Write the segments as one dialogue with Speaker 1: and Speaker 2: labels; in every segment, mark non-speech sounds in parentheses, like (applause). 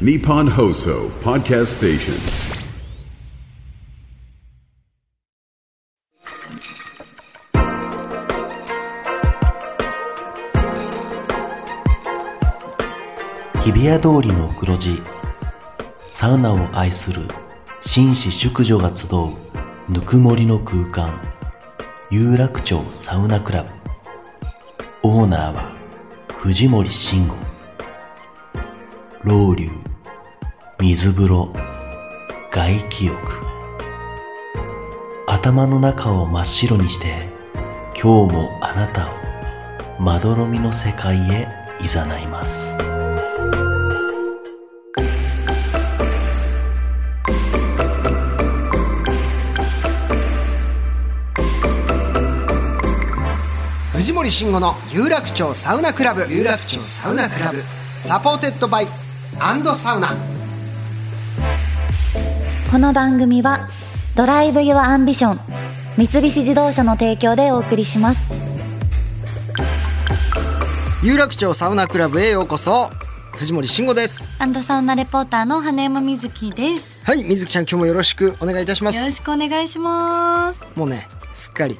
Speaker 1: Nippon Hoso Podcast Station.
Speaker 2: 日比谷通りの黒字サウナを愛する紳士淑女が集うぬくもりの空間有楽町サウナクラブオーナーは藤森慎吾老流水風呂外気浴頭の中を真っ白にして今日もあなたをまどろみの世界へ誘います
Speaker 3: 藤森慎吾の有楽町サウナクラブ有楽町サウナクラブサポーテッドバイアンドサウナ
Speaker 4: この番組は「ドライブ・ユア・アンビション」三菱自動車の提供でお送りします
Speaker 3: 有楽町サウナクラブへようこそ藤森慎吾です
Speaker 5: アンドサウナレポーターの羽山瑞希です。
Speaker 3: はい水木ちゃん今日もよろしくお願いいたしま
Speaker 5: よろし
Speaker 3: す
Speaker 5: くお願いします。
Speaker 3: もうねすっかり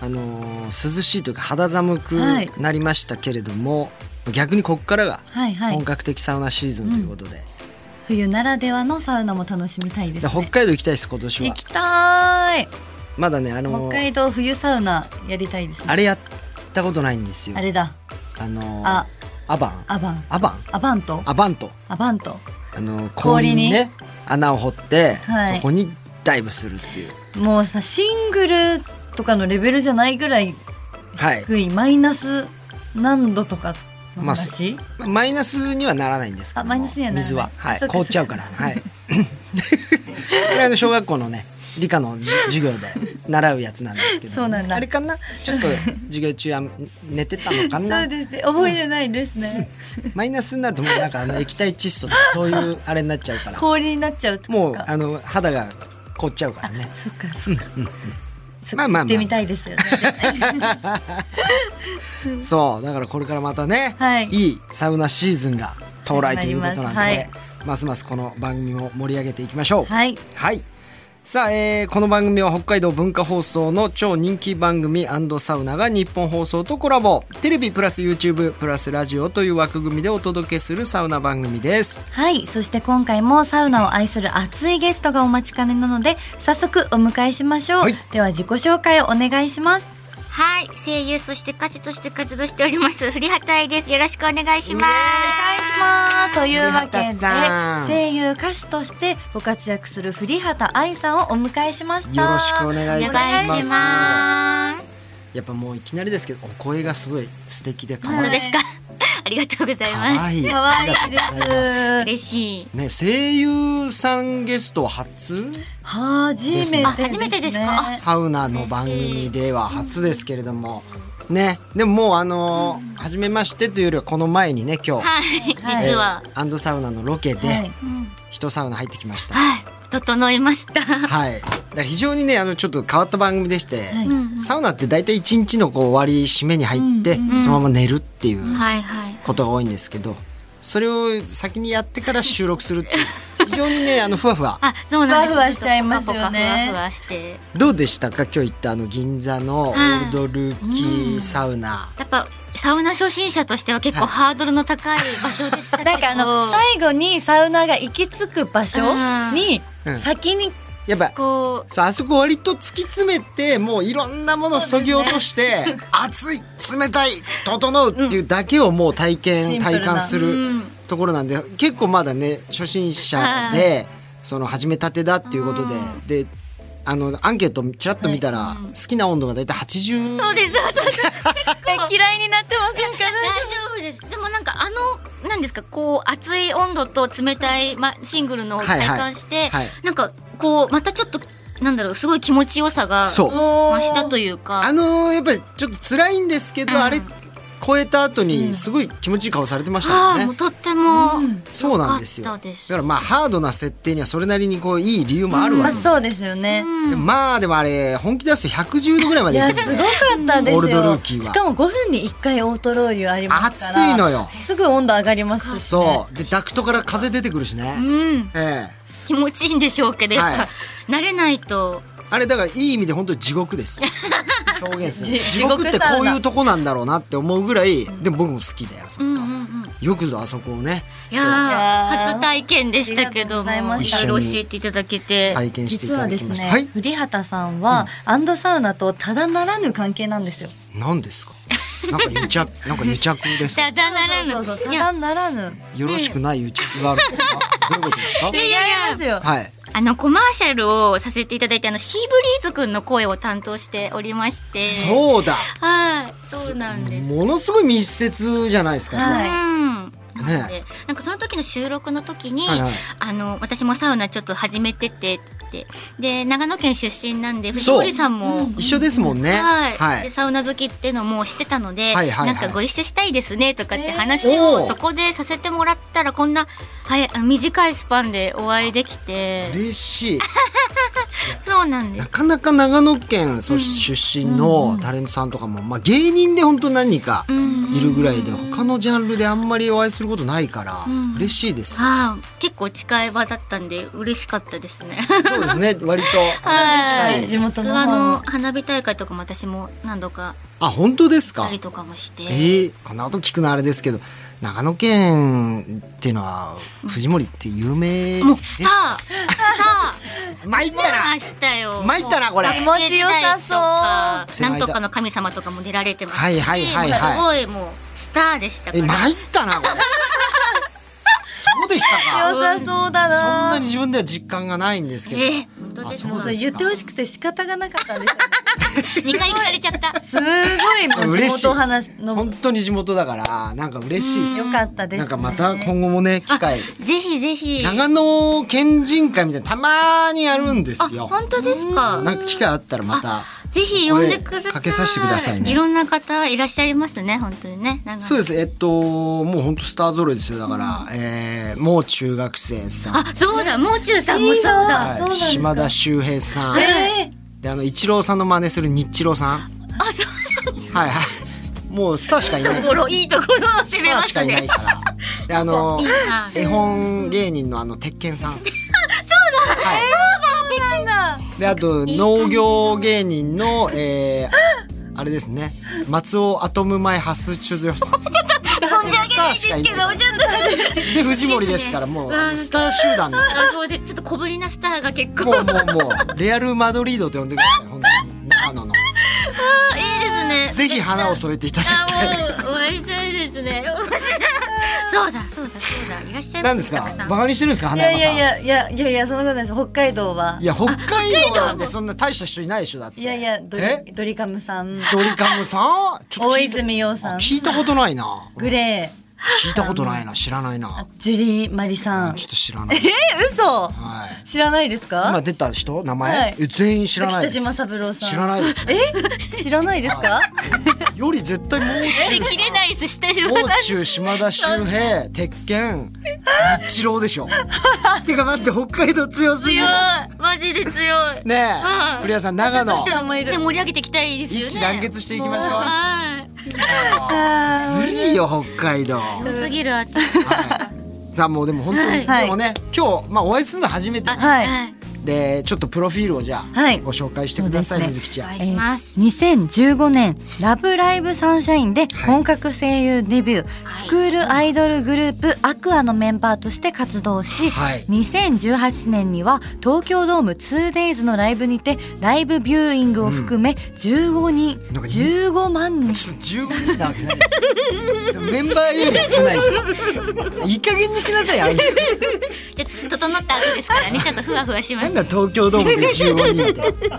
Speaker 3: あのー涼しいというか肌寒く
Speaker 5: はい
Speaker 3: なりましたけれども、逆にこっからが
Speaker 5: はいはい
Speaker 3: 本格的サウナシーズンということで,、
Speaker 5: 冬ならではのサウナも楽しみたいです
Speaker 3: で
Speaker 5: ね。
Speaker 3: 北海道行きたいです今年
Speaker 5: 行
Speaker 3: は
Speaker 5: きたい。
Speaker 3: まだねあの
Speaker 5: 北
Speaker 3: ー
Speaker 5: 海道冬サウナやりたいですね。
Speaker 3: あれやったことないんですよ
Speaker 5: あれだ。
Speaker 3: あのー
Speaker 5: あ
Speaker 3: アバン
Speaker 5: アバン。
Speaker 3: アバン
Speaker 5: アバント。
Speaker 3: アバンと
Speaker 5: アバント。
Speaker 3: あの氷に
Speaker 5: 氷に
Speaker 3: ね穴を掘って、
Speaker 5: はい
Speaker 3: そこにダイブするっていう
Speaker 5: もうさシングルとかのレベルじゃないぐらい
Speaker 3: はい
Speaker 5: 低いマイナス何度とかの
Speaker 3: まあそ
Speaker 5: 話。
Speaker 3: まマイナスにはならないんですけども
Speaker 5: あマイナスにはならない
Speaker 3: 水は、はい、
Speaker 5: そうか
Speaker 3: 凍っちゃうからはい (laughs) それあの小学校のね理科のじ授業で習うやつなんですけど、
Speaker 5: そうなんだ
Speaker 3: あれかなちょっと授業中は寝てたのか
Speaker 5: そ
Speaker 3: な
Speaker 5: うですね。覚えてないですね。
Speaker 3: マイナスになるともうなんかあの液体窒素とかそういうあれになっちゃうから
Speaker 5: 氷になっちゃうって (laughs) こ
Speaker 3: も
Speaker 5: と
Speaker 3: う
Speaker 5: か。
Speaker 3: あの肌が凍っちゃうからね
Speaker 5: そっかそっか。そっか
Speaker 3: まあまあまあ
Speaker 5: 行ってみたいですよね。
Speaker 3: そうだからこれからまたね、
Speaker 5: はい
Speaker 3: い、いサウナシーズンが到来ということなんでま,、
Speaker 5: 始まりますす
Speaker 3: ますこの番組も盛り上げていきましょう
Speaker 5: はい
Speaker 3: はいさあ、えーこの番組は北海道文化放送の超人気番組サウナが日本放送とコラボテレビプラス YouTube プラスラジオという枠組みでお届けするサウナ番組です
Speaker 5: はい。そして今回もサウナを愛する熱いゲストがお待ちかねなので、早速お迎えしましょう。
Speaker 3: はい
Speaker 5: では自己紹介をお願いします。
Speaker 6: はい、声優そして歌手として活動しております、古畑愛です。よろしくお願いしま
Speaker 5: お
Speaker 6: す。
Speaker 5: 願いします。という
Speaker 3: 古
Speaker 5: わけ
Speaker 3: 畑さん
Speaker 5: で、声優歌手としてご活躍する古畑愛さんをお迎えしました。
Speaker 3: よろしくお願いいたします
Speaker 6: お願いします。
Speaker 3: やっぱもういきなりですけどお声がすごい素敵で可
Speaker 6: 本当
Speaker 3: 愛
Speaker 6: で
Speaker 3: い
Speaker 6: すか (laughs) ありがとうござい
Speaker 3: 可
Speaker 6: ます。
Speaker 3: 愛い
Speaker 5: 可愛いで
Speaker 3: ありがとうございます
Speaker 5: す。
Speaker 6: 嬉しい。
Speaker 3: ね声優さんゲスト初
Speaker 5: 初めてです、ね。
Speaker 6: あ初めてですかあ
Speaker 3: サウナの番組では初ですけれども、ね、でももうあのー初めましてというよりはこの前にね今日、
Speaker 6: はい、
Speaker 5: はい
Speaker 6: 実は、
Speaker 3: アンドサウナのロケ
Speaker 5: は
Speaker 3: で
Speaker 5: い。
Speaker 3: 人サウナ入ってきました。
Speaker 6: はい、整いまし
Speaker 3: (laughs)
Speaker 6: た。
Speaker 3: はい、だから非常にねあのちょっと変わった番組でして、
Speaker 5: い
Speaker 3: サウナって大体一日のこう終わり締めに入って、そのまま寝るっていう
Speaker 6: はいはい。
Speaker 3: ことが多いんですけどそれを先にやってから収録するって
Speaker 6: (laughs)
Speaker 3: いう非常にねあのふわふわ
Speaker 6: あ、そうなんです。
Speaker 5: ふわふわしちゃいますよね
Speaker 6: ポカポカふわふわして。
Speaker 3: どうでしたか今日行ったあの銀座のオールドルーキーサウナ。
Speaker 6: やっぱ、サウナ初心者としては結構ハードルの高い場所で (laughs) したけど。
Speaker 5: なんかあの最後にサウナが行き着く場所に
Speaker 3: うん
Speaker 5: 先に
Speaker 3: やっぱ
Speaker 6: こう、
Speaker 3: そうあそこ割と突き詰めてもういろんなものをそぎ落として、熱い冷たい整うっていうだけをもう体験、
Speaker 5: シンプル
Speaker 3: 体
Speaker 5: な
Speaker 3: 感す
Speaker 6: う
Speaker 3: る
Speaker 6: ん、
Speaker 3: ところなんで結構まだね初心者で、その始めたてだっていうことで、であのアンケートちらっと見たら、好きな温度が大体80
Speaker 6: そうです、そうです。
Speaker 5: 嫌いになってませんか
Speaker 6: 大丈夫ですでもなんかあのなんですかこう熱い温度と冷たい、ま、シングルのを
Speaker 3: はいはい
Speaker 6: 体感して、
Speaker 3: はい
Speaker 6: なんかこうまたちょっとなんだろうすごい気持ちよさが増
Speaker 3: そう
Speaker 6: したというか
Speaker 3: あのーやっぱりちょっと辛いんですけど、
Speaker 6: うん
Speaker 3: あれ超えた後にすごい気持ちいい顔されてました
Speaker 6: は
Speaker 3: よ
Speaker 6: い
Speaker 3: ね、
Speaker 6: もうとっても、
Speaker 3: そうなんですよ
Speaker 6: よか
Speaker 3: だ
Speaker 6: ったです
Speaker 3: からまあハードな設定にはそれなりにこういい理由もあるわ
Speaker 5: まあ
Speaker 3: け、
Speaker 5: そうですよね。
Speaker 3: でまあでもあれ本気出すと110度ぐらいま
Speaker 5: い
Speaker 3: でいく (laughs) んだ
Speaker 5: やすご
Speaker 3: よ
Speaker 5: か
Speaker 3: ね
Speaker 5: ったです
Speaker 3: オ
Speaker 5: よ。
Speaker 3: ールドルーキーは
Speaker 5: しかも5分に1回オートローリュありますから。
Speaker 3: 熱いのよ
Speaker 5: すぐ温度上がりますし、ね。
Speaker 3: そうでダクトから風出てくるしね、
Speaker 6: うん
Speaker 3: ええ
Speaker 6: 気持ちいいんでしょうけどやっぱ、
Speaker 3: はい
Speaker 6: 慣れないと
Speaker 3: あれだからいい意味で本当に地獄です表現する
Speaker 5: 地
Speaker 3: 地獄って
Speaker 5: 地獄サウ
Speaker 3: こう
Speaker 5: ナ
Speaker 3: いうとこなんだろうなって思うぐらいでも僕も好きだよあそこ
Speaker 6: うんうんうん
Speaker 3: よくぞあそこをね
Speaker 6: いや
Speaker 5: やー
Speaker 6: ー初体験でしたけ
Speaker 5: ありがと
Speaker 6: ども
Speaker 5: うございま
Speaker 6: い
Speaker 5: した
Speaker 6: ろいろ教えていただけて、
Speaker 3: 体験してい
Speaker 5: 実
Speaker 3: た
Speaker 5: は
Speaker 3: だ
Speaker 5: で
Speaker 3: き
Speaker 5: す
Speaker 3: まし
Speaker 5: ね、
Speaker 3: たはい
Speaker 5: 栗畑さんは、アンドサウナとただならぬ関係なんですよ。
Speaker 3: 何ですかなんか癒着なんか癒着ですか
Speaker 6: ただならぬ
Speaker 5: そうそうそう
Speaker 6: い
Speaker 5: た
Speaker 6: や
Speaker 5: だならぬ。
Speaker 3: よろしくない癒着があるんですかどういうことですか
Speaker 6: いやいやいや
Speaker 5: ですよ。
Speaker 3: はい
Speaker 6: あのコマーシャルをさせていただいてあのシーブリーズくんの声を担当しておりまして
Speaker 3: そうだ
Speaker 6: はいそうなんです
Speaker 3: ものすごい密接じゃないですか、
Speaker 5: はい
Speaker 6: うんなので、
Speaker 3: ね
Speaker 6: なんかその時の収録の時に、
Speaker 3: はいはい
Speaker 6: あの私もサウナちょっと始めててってで長野県出身なんで藤
Speaker 3: そう
Speaker 6: 森さんも、
Speaker 3: 一緒ですもんね
Speaker 6: はい、
Speaker 3: は
Speaker 6: で
Speaker 3: い
Speaker 6: サウナ好きってのも知ってたの
Speaker 3: は
Speaker 6: で、
Speaker 3: いはいはい
Speaker 6: なんかご一緒したいですねとかって話をそこでさせてもらったらこんな、はい、あの短いスパンでお会いできて
Speaker 3: 嬉しい
Speaker 6: そうなんで
Speaker 3: な
Speaker 6: す
Speaker 3: かなか長野県そう出身のタレントさんとかも、まあ、芸人で本当何人かいるぐらいで、他のジャンルであんまりお会いすることないから、嬉しいです、
Speaker 6: ああ結構近い場だったんで嬉しかったで
Speaker 3: (laughs)
Speaker 6: すね。
Speaker 3: そうですね割と
Speaker 6: はい
Speaker 5: 地元の
Speaker 6: 諏訪の花火大会とかも私も何度か
Speaker 3: あ本当です
Speaker 6: 行っ
Speaker 3: か
Speaker 6: たりとかもして、
Speaker 3: えー、こんなこと聞くのあれですけど長野県っていうのは藤森って有名
Speaker 6: もうスタースタ
Speaker 3: ー参っ
Speaker 6: ー出
Speaker 3: た
Speaker 6: ましたよ
Speaker 3: 参ったなこれ
Speaker 6: もう学生時代とか
Speaker 3: 気持ちよさそう
Speaker 6: なんとかの神様とかも出られてました
Speaker 3: はい
Speaker 6: し、
Speaker 3: はいはいはい
Speaker 6: もうすごいもうスターでしたか
Speaker 3: え
Speaker 6: ら
Speaker 3: 参ったなこれ
Speaker 6: (laughs)
Speaker 3: そうでしたか
Speaker 5: 良さそ
Speaker 3: そ
Speaker 5: うだ
Speaker 3: んな
Speaker 5: な。
Speaker 3: に自分では実感がないんですけど、
Speaker 6: ええ本当です
Speaker 3: あそう
Speaker 5: そう
Speaker 3: です
Speaker 5: 言ってほしくて仕方がなかったんですよ。
Speaker 6: 二回聞かれち
Speaker 3: (laughs)
Speaker 6: ゃった
Speaker 5: すごいもう地
Speaker 3: 嬉しい
Speaker 5: 元お話の
Speaker 3: 本当に地元だからなんか嬉しいっす
Speaker 5: よかったですね
Speaker 3: なんかまた今後もね機会
Speaker 6: ぜひぜひ
Speaker 3: 長野県人会みたいなのたまにやるんです
Speaker 6: あ
Speaker 3: よ
Speaker 6: 本当ですか
Speaker 3: なんか機会あったらまた
Speaker 6: ぜひ呼んでくださ
Speaker 3: 声
Speaker 6: い
Speaker 3: かけさせてくださいね
Speaker 6: いろんな方いらっしゃいますね本当にねなんか
Speaker 3: そうですえっともう本当スター揃いですよだから、えーもう中学生さん、は
Speaker 6: あそうだもう中さんもそう
Speaker 5: い
Speaker 6: だ
Speaker 5: いそうなん
Speaker 3: い、
Speaker 5: ですか
Speaker 3: 島田秀平さん、
Speaker 5: え
Speaker 3: であの一郎さんの真似する日郎さん
Speaker 6: あそうなんです
Speaker 3: はいはいもうスターしかいない
Speaker 6: ところいいところを
Speaker 3: ス
Speaker 6: 知
Speaker 3: タ
Speaker 6: れま
Speaker 3: ーし
Speaker 6: す
Speaker 3: かいな
Speaker 6: ね
Speaker 3: いからであの
Speaker 6: いいな
Speaker 3: 絵本芸人のあの鉄拳さん
Speaker 5: ー、そうなんだ。
Speaker 3: であと農業芸人のえー、あれですね松尾アトム前ハスチュズヨさん
Speaker 6: 存じ上げないですけどちょっと
Speaker 3: で藤森ですからもうあのスター集団の
Speaker 6: あそうでちょっと小ぶりなスターが結構
Speaker 3: もうもうもうレアル・マドリードって呼んでください本当に長野の
Speaker 6: いいですね
Speaker 3: ぜひ花を添えていただきたい
Speaker 6: あもう終わりたいです
Speaker 3: (laughs)
Speaker 6: ね面白いそうだそうだそうだいらっしゃ
Speaker 3: 何
Speaker 6: いま
Speaker 3: です
Speaker 6: すた
Speaker 3: か
Speaker 6: くさん
Speaker 3: バカにしてるんですか
Speaker 5: い
Speaker 3: 花
Speaker 5: や
Speaker 3: 山
Speaker 5: い
Speaker 3: さんいや
Speaker 5: やいやいやいやいやそんなことないです。北海道は。
Speaker 3: 北海道なんてそんな大した人いないでしょだって
Speaker 5: いやいやド
Speaker 3: え
Speaker 5: リドリカムさん、
Speaker 3: ドリカムさんちょっと
Speaker 5: 大
Speaker 3: 聞いた
Speaker 5: 泉洋さん、
Speaker 3: 聞いたことないな
Speaker 5: グレー、
Speaker 3: 聞いたことないな知らないな
Speaker 5: ジュリーマリさん
Speaker 3: ちょ。っと知らない
Speaker 5: え嘘。
Speaker 3: はい
Speaker 5: 知らないですか？
Speaker 3: 今出た人名前、
Speaker 5: はい
Speaker 3: え全員知らないです
Speaker 5: 北島三郎さん
Speaker 3: 知らないです、ね、
Speaker 5: え知らないですか？
Speaker 3: より絶対もう
Speaker 5: (laughs)
Speaker 3: 中
Speaker 6: 切れないですしてる
Speaker 3: もう中島田秀平鉄拳一郎でし
Speaker 5: (laughs)
Speaker 3: ょてか待って北海道強すぎる
Speaker 6: 強いマジで強い
Speaker 3: ね
Speaker 6: は
Speaker 3: え
Speaker 6: い
Speaker 3: 古谷さん長野
Speaker 5: 人もいる
Speaker 6: で盛り上げていきたいですよね
Speaker 3: 一致団結していきましょう
Speaker 6: もはい
Speaker 3: ずるいよ北海道
Speaker 6: 良すぎるあと
Speaker 3: さあもうでも本当に、
Speaker 5: はい
Speaker 3: でもね今日まあお会いするの初めて
Speaker 5: はい
Speaker 6: はい
Speaker 3: でちょっとプロフィールをじゃあ、
Speaker 5: はい
Speaker 3: ご紹介してください、
Speaker 5: そう
Speaker 3: 水
Speaker 5: ですね
Speaker 3: 木ちゃ
Speaker 6: お
Speaker 3: ん
Speaker 6: 願いします
Speaker 5: 2015年「ラブライブサンシャイン」で本格声優デビュー、スクールアイドルグループアクアのメンバーとして活動し、
Speaker 3: はい
Speaker 5: 2018年には東京ドーム 2days のライブにてライブビューイングを含め15人、
Speaker 3: なんか
Speaker 5: 15万人
Speaker 3: ちょっと15人なわけないメンバーより少ないじゃんいい加減にしなさいあんた
Speaker 6: じゃあ東整った後ですからねちょっとふわふわしま
Speaker 3: なん
Speaker 6: す
Speaker 3: だ東京ドームで15人って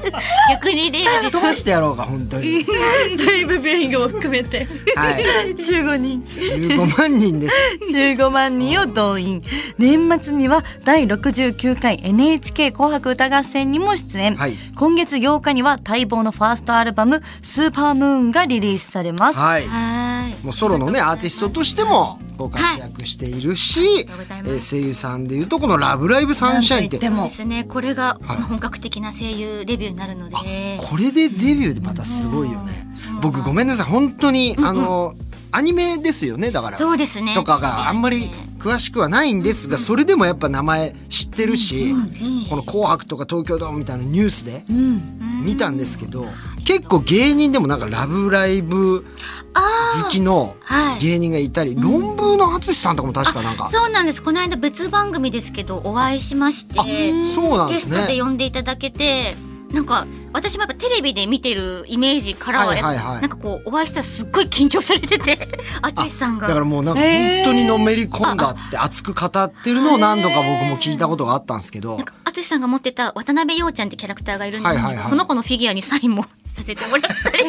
Speaker 6: 逆にレアです
Speaker 3: どうしてやろうか本当に
Speaker 5: ライブビューイングも含め (laughs) て
Speaker 3: はい
Speaker 5: 15人
Speaker 3: 15万人です
Speaker 5: 15万人を動員年末には第69回 NHK 紅白歌合戦にも出演、
Speaker 3: はい
Speaker 5: 今月8日には待望のファーストアルバム「スーパームーン」がリリースされます、
Speaker 3: はい
Speaker 6: はーい
Speaker 3: もうソロのねアーティストとしてもご活躍しているし、
Speaker 6: りがとうござい
Speaker 3: え
Speaker 6: ます
Speaker 3: ー声優さんでいうとこの「ラブライブサンシャイン」って
Speaker 5: なんといっても
Speaker 6: そうですねこれが
Speaker 3: はい
Speaker 6: 本格的な声優デビューになるので、
Speaker 3: これでデビューでまたすごいよね。僕ごめんなさい本当に、あのアニメですよねだから。
Speaker 6: そうですね
Speaker 3: とかがあんまり詳しくはないんですが、それでもやっぱ名前知ってるし、この「紅白」とか「東京ドーム」みたいなニュースで見たんですけど、結構芸人でもなんか「ラブライブ」好きの
Speaker 6: はい
Speaker 3: 芸人がいたり、論文の淳さんとかも確かなんか、
Speaker 6: そうなんですこの間別番組ですけどお会いしまして
Speaker 3: あそうなんで
Speaker 6: ゲ
Speaker 3: す
Speaker 6: ス
Speaker 3: ね
Speaker 6: トで呼んでいただけてなんか私もやっぱテレビで見てるイメージからはやっぱ、
Speaker 3: はいはいはい
Speaker 6: なんかこうお会いしたらすっごい緊張されてて淳さん
Speaker 3: だか
Speaker 6: が
Speaker 3: らもうなんか本当にのめり込んだっつって熱く語ってるのを何度か僕も聞いたことがあったんですけど、
Speaker 6: なんか淳さんが持ってた渡辺陽ちゃんってキャラクターがいるんですけど、
Speaker 3: はいはいはい
Speaker 6: その子のフィギュアにサインもさせても
Speaker 3: (laughs)
Speaker 6: らったり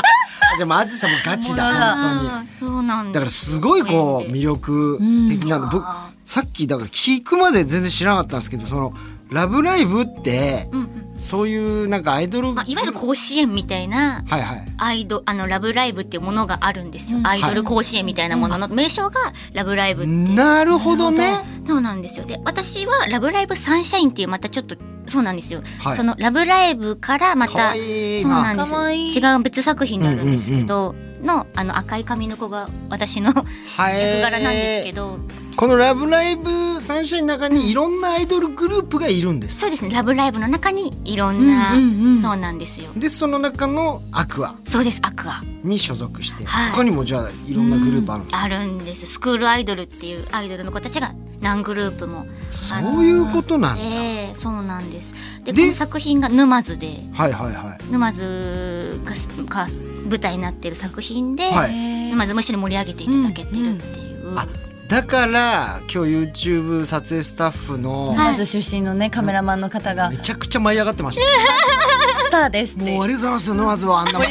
Speaker 3: あじゃあもう淳さんもガチだ
Speaker 5: もうな
Speaker 3: 本
Speaker 5: ん
Speaker 3: 当に。
Speaker 6: あーそうなん
Speaker 3: だからすごいこう魅力的なの、僕さっきだから聞くまで全然知らなかったんですけどその「ラブライブ!」って、そういうなんかアイドル
Speaker 6: まあ、いわゆる甲子園みたいな
Speaker 3: はいはい
Speaker 6: アイドあのラブライブっていうものがあるんですよ、アイドル甲子園みたいなものの名称がラブライブっていう
Speaker 3: なるほどね
Speaker 6: そうなんですよで私は「ラブライブサンシャイン」っていうまたちょっとそうなんですよ、
Speaker 3: はい
Speaker 6: その「ラブライブ」からまた
Speaker 3: かわいい
Speaker 6: そう
Speaker 3: な
Speaker 6: なんです
Speaker 5: かわいい
Speaker 6: 違う別作品になるんですけど、のあの赤い髪の子が私の役
Speaker 3: は
Speaker 6: 柄なんですけど、
Speaker 3: この「ラブライブサンシャイン」の中にいろんなアイドルグループがいるんです
Speaker 6: そうですね「ラブライブ」の中にいろんな、
Speaker 5: うんうんうん
Speaker 6: そうなんですよ
Speaker 3: でその中の「アクア
Speaker 6: そうですアクア
Speaker 3: に所属して、
Speaker 6: はい
Speaker 3: 他にもじゃあいろんなグループあるんですか、
Speaker 6: あるんですスクールアイドルっていうアイドルの子たちが何グループも
Speaker 3: そういうことなんだ、
Speaker 6: ええそうなんですで
Speaker 3: で
Speaker 6: この作品が沼津で
Speaker 3: はいはいはい
Speaker 6: 沼津がすが舞台になってる作品で、
Speaker 3: はい
Speaker 6: 沼津も一緒に盛り上げていただけてるっていう、
Speaker 3: あだから今日 YouTube 撮影スタッフの
Speaker 5: まず出身のねカメラマンの方が
Speaker 3: めちゃくちゃ舞い上がってました
Speaker 5: スターですって
Speaker 3: もうありがとうございますノアズはあんなもん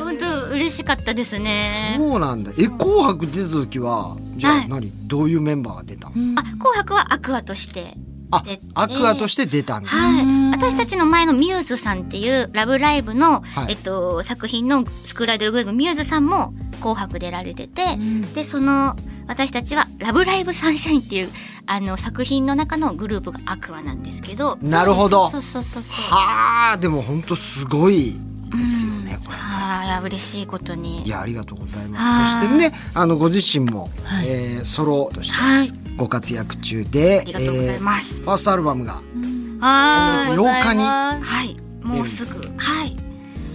Speaker 6: 本当嬉しかったですね
Speaker 3: そうなんだえ紅白出た時はじゃ
Speaker 6: は
Speaker 3: あ
Speaker 6: い
Speaker 3: 何、どういうメンバーが出たの、
Speaker 6: あ紅白はアクアとして
Speaker 3: あ
Speaker 6: 出て
Speaker 3: アクアとして出たんだ、
Speaker 6: はい、私たちの前のミューズさんっていう「ラブライブの」
Speaker 3: はい
Speaker 6: えっと、作品のスクールアイドルグループミューズさんも「紅白」出られてて、でその私たちは「ラブライブサンシャイン」っていうあの作品の中のグループが「アクア」なんですけど
Speaker 3: なるほど
Speaker 6: そうそうそうそうそう
Speaker 3: はあでも本当すごいですよね、これ
Speaker 6: あーいや嬉しいことに
Speaker 3: いやありがとうございます
Speaker 6: は
Speaker 3: そ
Speaker 6: い
Speaker 3: してねあのご自身も、えーソロとして
Speaker 6: はい
Speaker 3: ご活躍中であ
Speaker 6: りがとうございます
Speaker 3: ファーストアルバムが
Speaker 6: は
Speaker 3: 8日に
Speaker 6: ーいはいもうす
Speaker 3: 出
Speaker 6: ぐはい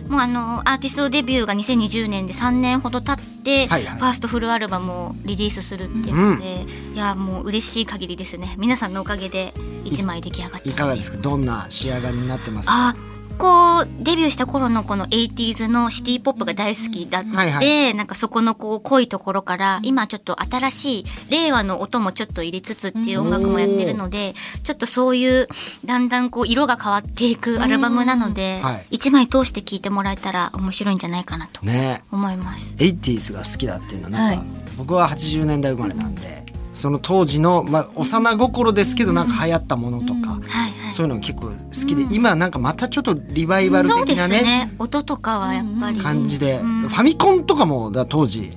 Speaker 6: もうあのアーティストデビューが2020年で3年ほど経って、
Speaker 3: はいはい
Speaker 6: ファーストフルアルバムをリリースするっていうので、いやもう嬉しい限りですね皆さんのおかげで1枚出来上がって
Speaker 3: いかがですかどんな仕上がりになってますか
Speaker 6: あこうデビューした頃のこの 80s のシティポップが大好きだったので、
Speaker 3: はいは
Speaker 6: なんかそこのこう濃いところから今ちょっと新しい令和の音もちょっと入れつつっていう音楽もやってるので、ちょっとそういうだんだんこう色が変わっていくアルバムなので、
Speaker 3: はい
Speaker 6: 一枚通して聴いてもらえたら面白いんじゃないかなと
Speaker 3: ね
Speaker 6: 思います。
Speaker 3: 80s が好きだっていうのはなんか、僕は80年代生まれなんでその当時の、まあ、幼心ですけどなんか流行ったものとか、
Speaker 6: はいはい
Speaker 3: そういうのが結構好きで、今なんかまたちょっとリバイバル
Speaker 6: そうで
Speaker 3: 的な
Speaker 6: すね
Speaker 3: ね
Speaker 6: 音とかはやっぱり、
Speaker 3: 感じで、ファミコンとかもだ当時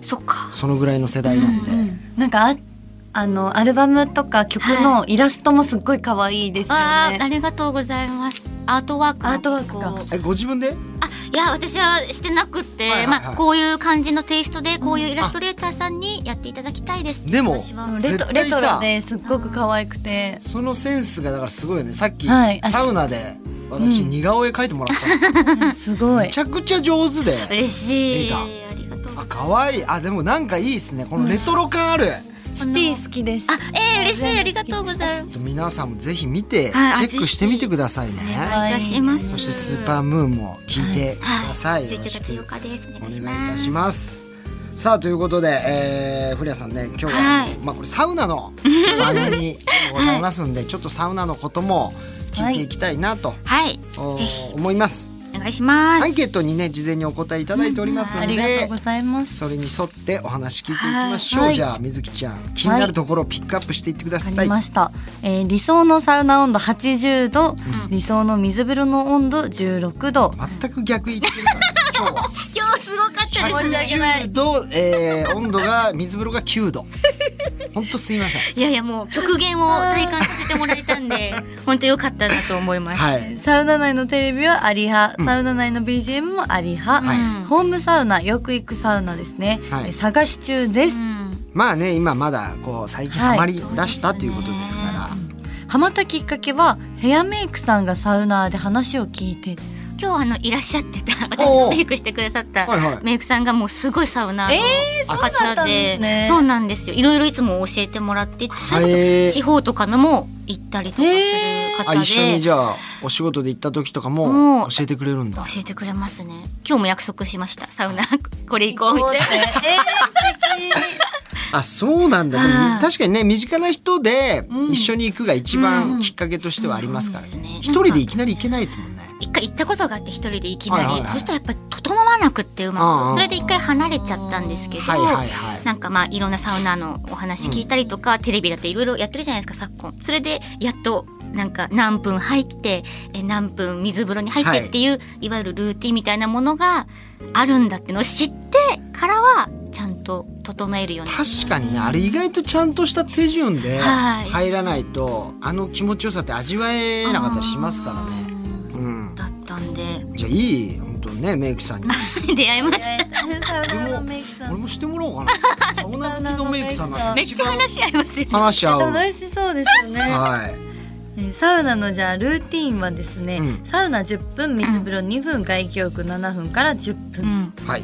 Speaker 6: そっか
Speaker 3: そのぐらいの世代なんで、
Speaker 5: (laughs) なんかああのアルバムとか曲のイラストもすっごい可愛いですよ
Speaker 6: あーあ
Speaker 5: ね。
Speaker 6: りがとうございますアートワークも
Speaker 5: アートワークか
Speaker 6: こう
Speaker 3: えご自分で
Speaker 6: あいや私はしてなくって、
Speaker 3: はいはいはい
Speaker 6: まあ、こういう感じのテイストでこういうイラストレーターさんにやっていただきたいですっていう
Speaker 3: でも
Speaker 6: 話は
Speaker 5: うんレ
Speaker 3: 絶
Speaker 5: ト
Speaker 3: 対
Speaker 5: レト
Speaker 3: さ
Speaker 5: ロですっごく可愛くて。
Speaker 3: そのセンスがだからすごいよねさっき、
Speaker 5: はいあ
Speaker 3: サウナで私似顔絵描いてもらったの、
Speaker 5: すごい
Speaker 3: めち。ゃくちゃ上手で
Speaker 6: 嬉し
Speaker 3: 絵
Speaker 6: い
Speaker 3: が
Speaker 6: ありがと
Speaker 3: あ
Speaker 6: うございます
Speaker 3: 可愛いあでもなんかいいですねこのレトロ感ある、
Speaker 5: シティ好きです。
Speaker 6: あえー、嬉しいありがとうございます
Speaker 3: 皆さんもぜひ見てチ
Speaker 6: はい
Speaker 3: ェックしてみてくださいね、
Speaker 6: お願いいたします
Speaker 3: そしてスーパームーンも聞いてください、
Speaker 6: 11
Speaker 3: よろし
Speaker 6: 月
Speaker 3: く
Speaker 6: 8日ですお願いし
Speaker 3: お
Speaker 6: ま
Speaker 3: 願いいた
Speaker 6: す
Speaker 3: しますさあということで、えー、古谷さんね今日は、
Speaker 6: はい
Speaker 3: まあ、これサウナの番組でございますんで、ちょっとサウナのことも聞いていきたいなと、
Speaker 6: はい
Speaker 3: お
Speaker 6: ぜひ
Speaker 3: 思います
Speaker 6: お願いします
Speaker 3: アンケートにね事前にお答えいただいております
Speaker 5: あ
Speaker 3: んで、
Speaker 5: りがとうございます。
Speaker 3: それに沿ってお話聞いていきましょう、
Speaker 5: はい
Speaker 3: じゃあ水木ちゃん気になるところをピックアップしていってくだ
Speaker 5: わ
Speaker 3: さ
Speaker 5: か
Speaker 3: い、
Speaker 5: りました、えー理想のサウナ温度80度、理想の水風呂の温度16度、
Speaker 3: 全く逆言ってるから今日は
Speaker 6: 今日すごか (laughs) ったです
Speaker 3: 110度、えー、温度が水風呂が9度本当すいません
Speaker 6: いやいやもう極限を体感させてもらえたんで本当良かったなと思います、
Speaker 3: はい
Speaker 5: サウナ内のテレビはアリ派、サウナ内の BGM もアリ派、
Speaker 6: はい
Speaker 5: ホームサウナよく行くサウナですね、
Speaker 3: はい
Speaker 5: えー探し中です、
Speaker 6: うん
Speaker 3: まあね今まだこう最近
Speaker 5: は
Speaker 3: ハ
Speaker 5: い
Speaker 3: マり出したということですから、
Speaker 5: ハマったきっかけはヘアメイクさんがサウナーで話を聞いて
Speaker 6: 今日あのいらっしゃってた私のメイクしてくださった
Speaker 3: はいはい
Speaker 6: メイクさんがもうすごいサウナーの
Speaker 3: あ
Speaker 5: そうだったんですね
Speaker 6: そうなんですよいろいろいつも教えてもらってそれこそ
Speaker 3: へー
Speaker 6: 地方とかのも行ったりとかする方
Speaker 3: あ
Speaker 6: で、
Speaker 3: 一緒にじゃあお仕事で行った時とかも
Speaker 6: もう
Speaker 3: 教えてくれるんだ
Speaker 6: 教えてくれますね今日も約束しましたサウ
Speaker 3: (laughs)
Speaker 6: ナこれ行こうみたいな
Speaker 5: えー、素
Speaker 6: (laughs)
Speaker 3: あそうなんだ、
Speaker 6: はい
Speaker 3: 確かにね身近な人で一緒に行くが一番きっかけとしてはありますからね
Speaker 6: うんそうですね
Speaker 3: 一人でいきなり行けないですもんね
Speaker 6: 一回行ったことがあって一人でいきなり、
Speaker 3: はいはいはい
Speaker 6: そしたらやっぱり整わなくってう
Speaker 3: うん
Speaker 6: ま
Speaker 3: うん
Speaker 6: くそれで一回離れちゃったんですけど、
Speaker 3: はいはいはい
Speaker 6: なんかまあいろんなサウナのお話聞いたりとか、テレビだっていろいろやってるじゃないですか昨今それでやっとなんか何分入ってえ何分水風呂に入ってっていう、い、わゆるルーティンみたいなものがあるんだってのを知ってからはちゃんと整えるように
Speaker 3: 確かにねあれ意外とちゃんとした手順で
Speaker 6: はい
Speaker 3: 入らないとあの気持ちよさって味わえなかったりしますからねうん
Speaker 6: だったんで (laughs)
Speaker 3: じゃあいい本当ねメイクさんに
Speaker 6: 出会いました
Speaker 5: 敵サウナーのメイクさ
Speaker 3: 俺
Speaker 5: ん
Speaker 3: もしてもらおうかなおなじみのメイクさんが
Speaker 6: めっ
Speaker 3: 一
Speaker 6: ちゃ
Speaker 3: 番
Speaker 6: 話し合いますよ
Speaker 3: 話し合う
Speaker 5: 楽しそうですよね、
Speaker 6: (laughs)
Speaker 3: はい
Speaker 5: えーサウナのじゃあルーティンはですね、
Speaker 3: うん
Speaker 5: サウナ10分水風呂2分外気浴7分から10
Speaker 6: う
Speaker 5: 分、
Speaker 6: ん
Speaker 3: はい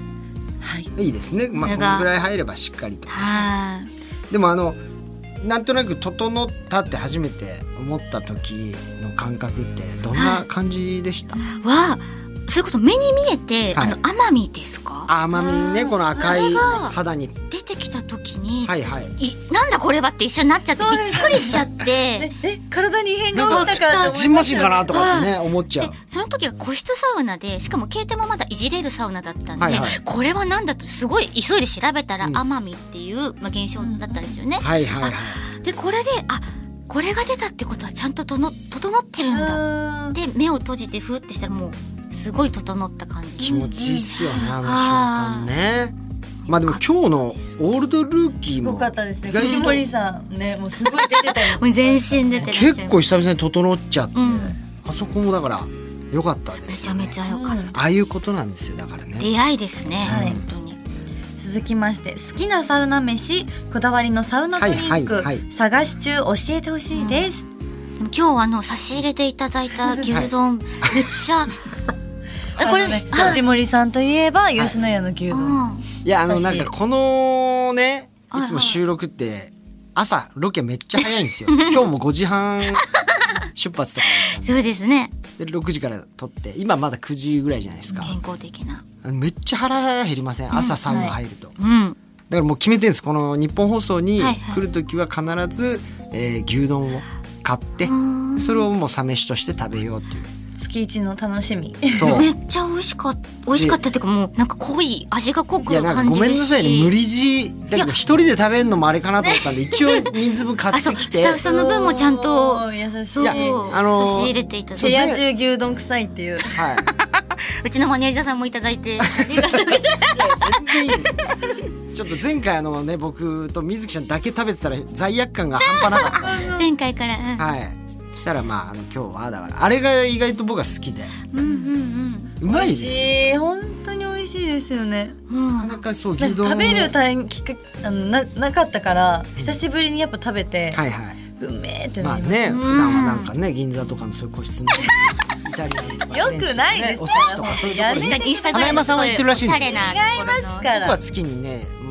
Speaker 5: はい
Speaker 3: いいですねまあ
Speaker 6: これ
Speaker 3: こ
Speaker 6: が
Speaker 3: のぐらい入ればしっかりと
Speaker 6: はい
Speaker 3: でもあのなんとなく整ったって初めて思った時の感覚ってどんな感じでした、
Speaker 6: はそれこそ目に見えて、
Speaker 3: はい
Speaker 6: あの奄美ですか
Speaker 3: あ甘みねこの赤い
Speaker 6: あれが
Speaker 3: 肌に
Speaker 6: 出てきた時に、、
Speaker 3: はいいはい
Speaker 6: なんだこれはって一緒になっちゃって
Speaker 5: そうです
Speaker 6: びっくりしちゃ
Speaker 5: (laughs)
Speaker 6: って、
Speaker 5: ええ体に異変が起きたかと思
Speaker 3: ジ
Speaker 5: い
Speaker 3: ン
Speaker 5: ま
Speaker 3: マ
Speaker 5: し
Speaker 3: シ
Speaker 5: た
Speaker 3: ン
Speaker 5: よ
Speaker 3: かなとかってね思っちゃう
Speaker 6: でその時は個室サウナでしかも携帯もまだいじれるサウナだったんで、
Speaker 3: はいはい
Speaker 6: これはなんだとすごい急いで調べたら
Speaker 3: うん
Speaker 6: 奄美、っていう、まあ、現象だったんですよね。
Speaker 3: はいはいはい
Speaker 6: でこれであこれが出たってことはちゃんととの整ってるんだ
Speaker 5: あー
Speaker 6: で目を閉じてふーってしたらもうすごい整った感じ
Speaker 3: 気持ちいいっすよねあの
Speaker 6: あ
Speaker 3: 瞬間
Speaker 6: ー
Speaker 3: ねまあでも今日のオールドルーキー
Speaker 5: すご
Speaker 3: も
Speaker 5: かったですね
Speaker 3: 意外と
Speaker 5: 藤森さんねもうすごい出てたよ
Speaker 6: (laughs) もう全身出てらっしゃいま
Speaker 3: 結構久々に整っちゃって、
Speaker 6: うん
Speaker 3: あそこもだから良かったで
Speaker 6: め
Speaker 3: す
Speaker 6: ち
Speaker 3: よ
Speaker 6: ゃ
Speaker 3: ね
Speaker 6: めちゃ良かった、
Speaker 3: ああいうことなんですよだからね
Speaker 6: 出会いですね、
Speaker 5: はい
Speaker 6: 本当に
Speaker 5: 続きまして好きなサウナ飯こだわりのサウナドリンク、
Speaker 3: はいはいはい
Speaker 5: 探し中教えてほしいです、
Speaker 6: でも今日あの差し入れていただいた牛丼、めっちゃえこ
Speaker 5: これ
Speaker 6: れ、
Speaker 5: ね
Speaker 6: はい
Speaker 5: 藤森さんといえば吉野家の牛
Speaker 6: う
Speaker 5: 丼、
Speaker 6: ん
Speaker 3: いやあの
Speaker 5: 優し
Speaker 3: ないんかこのね
Speaker 6: はい
Speaker 3: い
Speaker 6: はい
Speaker 3: つも収録って朝ロケめっちゃ早いんですよ今日も5時半出発とかだっ
Speaker 6: そうですね
Speaker 3: たんで6時から撮って今まだ9時ぐらいじゃないですか
Speaker 6: 健康的な
Speaker 3: めっちゃ腹減りません朝サウナ入ると、
Speaker 6: うん
Speaker 3: だからもう決めてんですこの日本放送に
Speaker 6: はいはい
Speaker 3: 来る時は必ず、えー牛丼を買って
Speaker 6: ん
Speaker 3: それをもうサメシとして食べようっ
Speaker 6: (laughs)
Speaker 3: ていう
Speaker 5: 月一の楽しみ
Speaker 3: そう
Speaker 6: めっちゃ美味しかった美味しかったっていうかもうなんか濃い味が濃く
Speaker 3: いやなん
Speaker 6: 感
Speaker 3: かご
Speaker 6: じ
Speaker 3: めん
Speaker 6: る
Speaker 3: なさいね
Speaker 6: し
Speaker 3: 無理強いだけど一人で食べるのもあれかなと思ったんで一応人数分買
Speaker 6: (laughs) あ
Speaker 3: って
Speaker 6: そう
Speaker 3: き
Speaker 6: ス
Speaker 3: て
Speaker 6: タッフさんの分もちゃんと
Speaker 5: 優し
Speaker 6: そう
Speaker 3: い
Speaker 5: い
Speaker 3: やあのー
Speaker 6: 差し入れていただ
Speaker 3: そう
Speaker 6: い
Speaker 5: 部
Speaker 6: て
Speaker 5: 屋中牛丼臭いっていう
Speaker 3: はい
Speaker 6: うんうちのマネージャーさんもいただいて
Speaker 3: 全然いいですよちょっと前回あのね僕と水木ちゃんだけ食べてたら罪悪感が半端なかっ
Speaker 6: 前回から、うん
Speaker 3: たはいしたらまああの今日はだからあれが意外と僕は好きで
Speaker 6: うんうん
Speaker 3: うまいですよ
Speaker 5: し本当に美味しいですよね
Speaker 6: うんも
Speaker 3: なかなかそう
Speaker 5: な
Speaker 3: 牛
Speaker 5: ん
Speaker 3: 丼
Speaker 5: か
Speaker 3: も
Speaker 5: 食べるタイミングきっかあのななかったから久しぶりにやっぱ食べて、
Speaker 3: はいはい
Speaker 5: うんうめえって
Speaker 3: ま
Speaker 5: な
Speaker 3: あ
Speaker 5: り
Speaker 3: ね普段はなんかね銀座とかのそういう個室のイタリアンとか
Speaker 5: よ
Speaker 3: フレンチと
Speaker 5: く
Speaker 3: か
Speaker 5: ない
Speaker 3: ね
Speaker 5: ですよ
Speaker 3: お寿司とかそういうところ
Speaker 5: や
Speaker 6: う
Speaker 5: め
Speaker 3: で
Speaker 5: て
Speaker 6: インスタグ
Speaker 3: 花
Speaker 6: ラム
Speaker 3: 山さんは言ってるらしいんですよ
Speaker 6: おゃれなところの
Speaker 5: 違いますから
Speaker 3: 僕は月にねう